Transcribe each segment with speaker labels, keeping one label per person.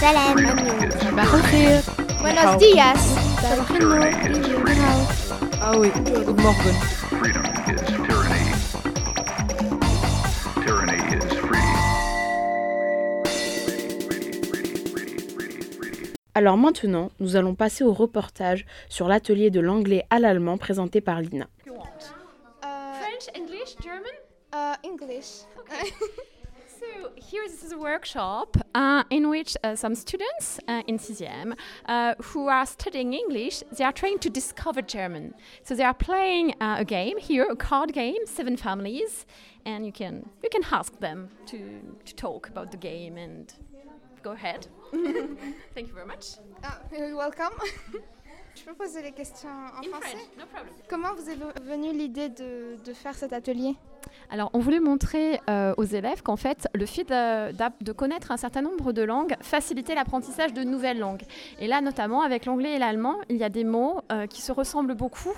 Speaker 1: Salam.
Speaker 2: Marhir.
Speaker 1: Buenos días.
Speaker 2: Ah oui, good morgen.
Speaker 3: Freedom is tyranny. Tyranny is free.
Speaker 4: Alors maintenant, nous allons passer au reportage sur l'atelier de l'anglais à l'allemand présenté par Lina.
Speaker 1: Uh,
Speaker 5: French, English, German.
Speaker 1: uh, English.
Speaker 5: So here this is a workshop uh, in which uh, some students uh, in 6e uh, who are studying English, they are trying to discover German. So they are playing uh, a game here, a card game, seven families, and you can you can ask them to to talk about the game and go ahead. Thank you very much.
Speaker 1: Ah, you're welcome. Je peux poser les questions en
Speaker 5: In
Speaker 1: français.
Speaker 5: French, no problem.
Speaker 1: Comment vous est venue l'idée de, de faire cet atelier
Speaker 5: Alors, on voulait montrer euh, aux élèves qu'en fait, le fait de, d'app- de connaître un certain nombre de langues facilitait l'apprentissage de nouvelles langues. Et là, notamment avec l'anglais et l'allemand, il y a des mots euh, qui se ressemblent beaucoup.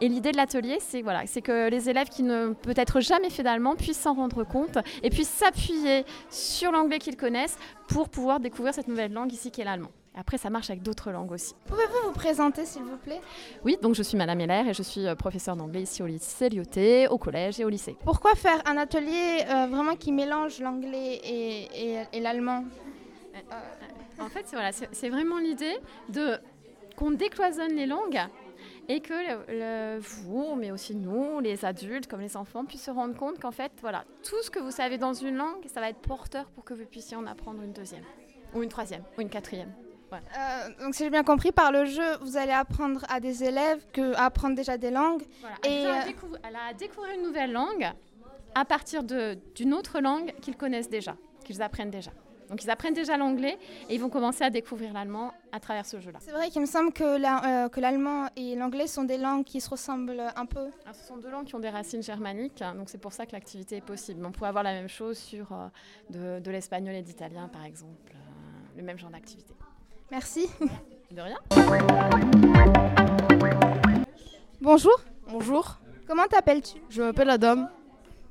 Speaker 5: Et l'idée de l'atelier, c'est voilà, c'est que les élèves qui ne peut-être jamais fait d'allemand puissent s'en rendre compte et puissent s'appuyer sur l'anglais qu'ils connaissent pour pouvoir découvrir cette nouvelle langue ici qui est l'allemand. Après, ça marche avec d'autres langues aussi.
Speaker 1: Pouvez-vous vous présenter, s'il vous plaît
Speaker 5: Oui, donc je suis Madame Heller et je suis euh, professeure d'anglais ici au lycée Lyoté, au collège et au lycée.
Speaker 1: Pourquoi faire un atelier euh, vraiment qui mélange l'anglais et, et- et l'allemand
Speaker 5: En fait, c'est- voilà, c'est c'est vraiment l'idée de qu'on décloisonne les langues et que le- le- vous, mais aussi nous, les adultes comme les enfants, puissent se rendre compte qu'en fait, voilà, tout ce que vous savez dans une langue, ça va être porteur pour que vous puissiez en apprendre une deuxième, ou une troisième, ou une quatrième.
Speaker 1: Euh, Donc, si j'ai bien compris, par le jeu, vous allez apprendre à des élèves que, à apprendre déjà des langues.
Speaker 5: Voilà,
Speaker 1: Et,
Speaker 5: et à
Speaker 1: euh,
Speaker 5: découvrir, à découvrir une nouvelle langue à partir de- d'une autre langue qu'ils connaissent déjà, qu'ils apprennent déjà. Donc ils apprennent déjà l'anglais et ils vont commencer à découvrir l'allemand à travers ce jeu-là.
Speaker 1: C'est vrai qu'il me semble que la- euh, que l'allemand et l'anglais sont des langues qui se ressemblent un peu.
Speaker 5: Alors, ce sont deux langues qui ont des racines germaniques, hein, donc c'est pour ça que l'activité est possible. On pourrait avoir la même chose sur euh, de, de l'espagnol et d'italien, par exemple, euh, le même genre d'activité.
Speaker 1: Merci.
Speaker 5: De rien.
Speaker 1: Bonjour,
Speaker 2: Bonjour,
Speaker 1: comment t'appelles-tu
Speaker 2: je m'appelle Adam.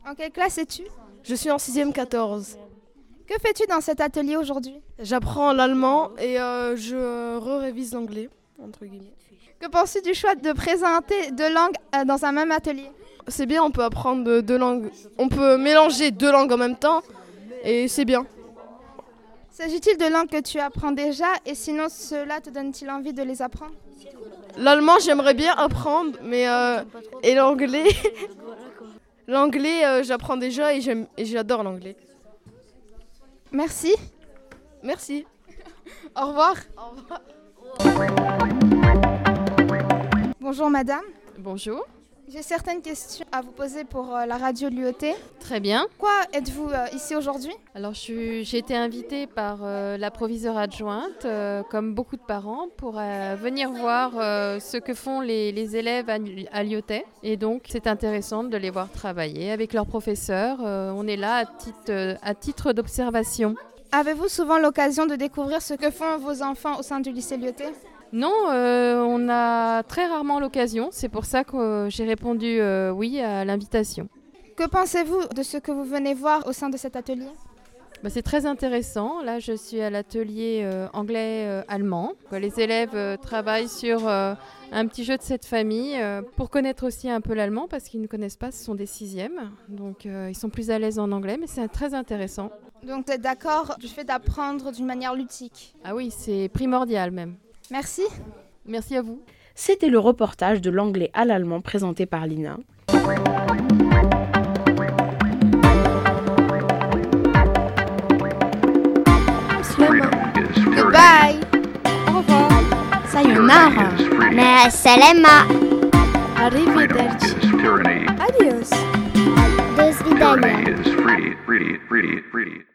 Speaker 1: En quelle classe es-tu
Speaker 2: Je suis en 6ème 14.
Speaker 1: Que fais-tu dans cet atelier aujourd'hui
Speaker 2: J'apprends l'allemand et euh, je euh, re-révise l'anglais, entre guillemets.
Speaker 1: Que penses-tu du choix de présenter deux langues euh, dans un même atelier
Speaker 2: C'est bien, on peut apprendre euh, deux langues. On peut mélanger deux langues en même temps et c'est bien.
Speaker 1: S'agit-il de langues que tu apprends déjà et sinon cela te donne-t-il envie de les apprendre
Speaker 2: L'allemand, j'aimerais bien apprendre, mais. euh, et l'anglais L'anglais, euh, j'apprends déjà et j'aime- et j'adore l'anglais.
Speaker 1: Merci,
Speaker 2: Merci.
Speaker 1: au revoir. Bonjour madame,
Speaker 6: Bonjour.
Speaker 1: j'ai certaines questions à vous poser pour euh, la radio Lyoté.
Speaker 6: Très bien.
Speaker 1: Pourquoi êtes-vous euh, ici aujourd'hui
Speaker 6: Alors, je suis- j'ai été invitée par euh, la proviseure adjointe, euh, comme beaucoup de parents, pour euh, venir voir euh, ce que font les, les élèves à, à Lyotet. Et donc, c'est intéressant de les voir travailler avec leurs professeurs. Euh, on est là à titre, euh, à titre d'observation.
Speaker 1: Avez-vous souvent l'occasion de découvrir ce que font vos enfants au sein du lycée E Lyoté
Speaker 6: Non, euh, on a très rarement l'occasion. C'est pour ça que euh, j'ai répondu euh, oui à l'invitation.
Speaker 1: Que pensez-vous de ce que vous venez voir au sein de cet atelier
Speaker 6: Bah, c'est très intéressant. Là, je suis à l'atelier euh, anglais-allemand. les élèves euh, travaillent sur euh, un petit jeu de cette famille euh, pour connaître aussi un peu l'allemand parce qu'ils ne connaissent pas, ce sont des sixièmes. Donc, euh, ils sont plus à l'aise en anglais, mais c'est très intéressant.
Speaker 1: Donc, tu es d'accord du fait d'apprendre d'une manière ludique.
Speaker 6: Ah oui, c'est primordial même.
Speaker 1: Merci.
Speaker 6: Merci à vous.
Speaker 4: C'était le reportage de l'anglais à l'allemand présenté par Lina.
Speaker 3: Freedom is free.
Speaker 1: Goodbye.
Speaker 3: Au revoir.
Speaker 7: Sayonara.
Speaker 3: Tyranny is free.
Speaker 7: Mais salema.
Speaker 2: Arrivederci.
Speaker 3: Is tyranny.
Speaker 7: Dos vidanias.
Speaker 3: Tyranny is free, free, free, free.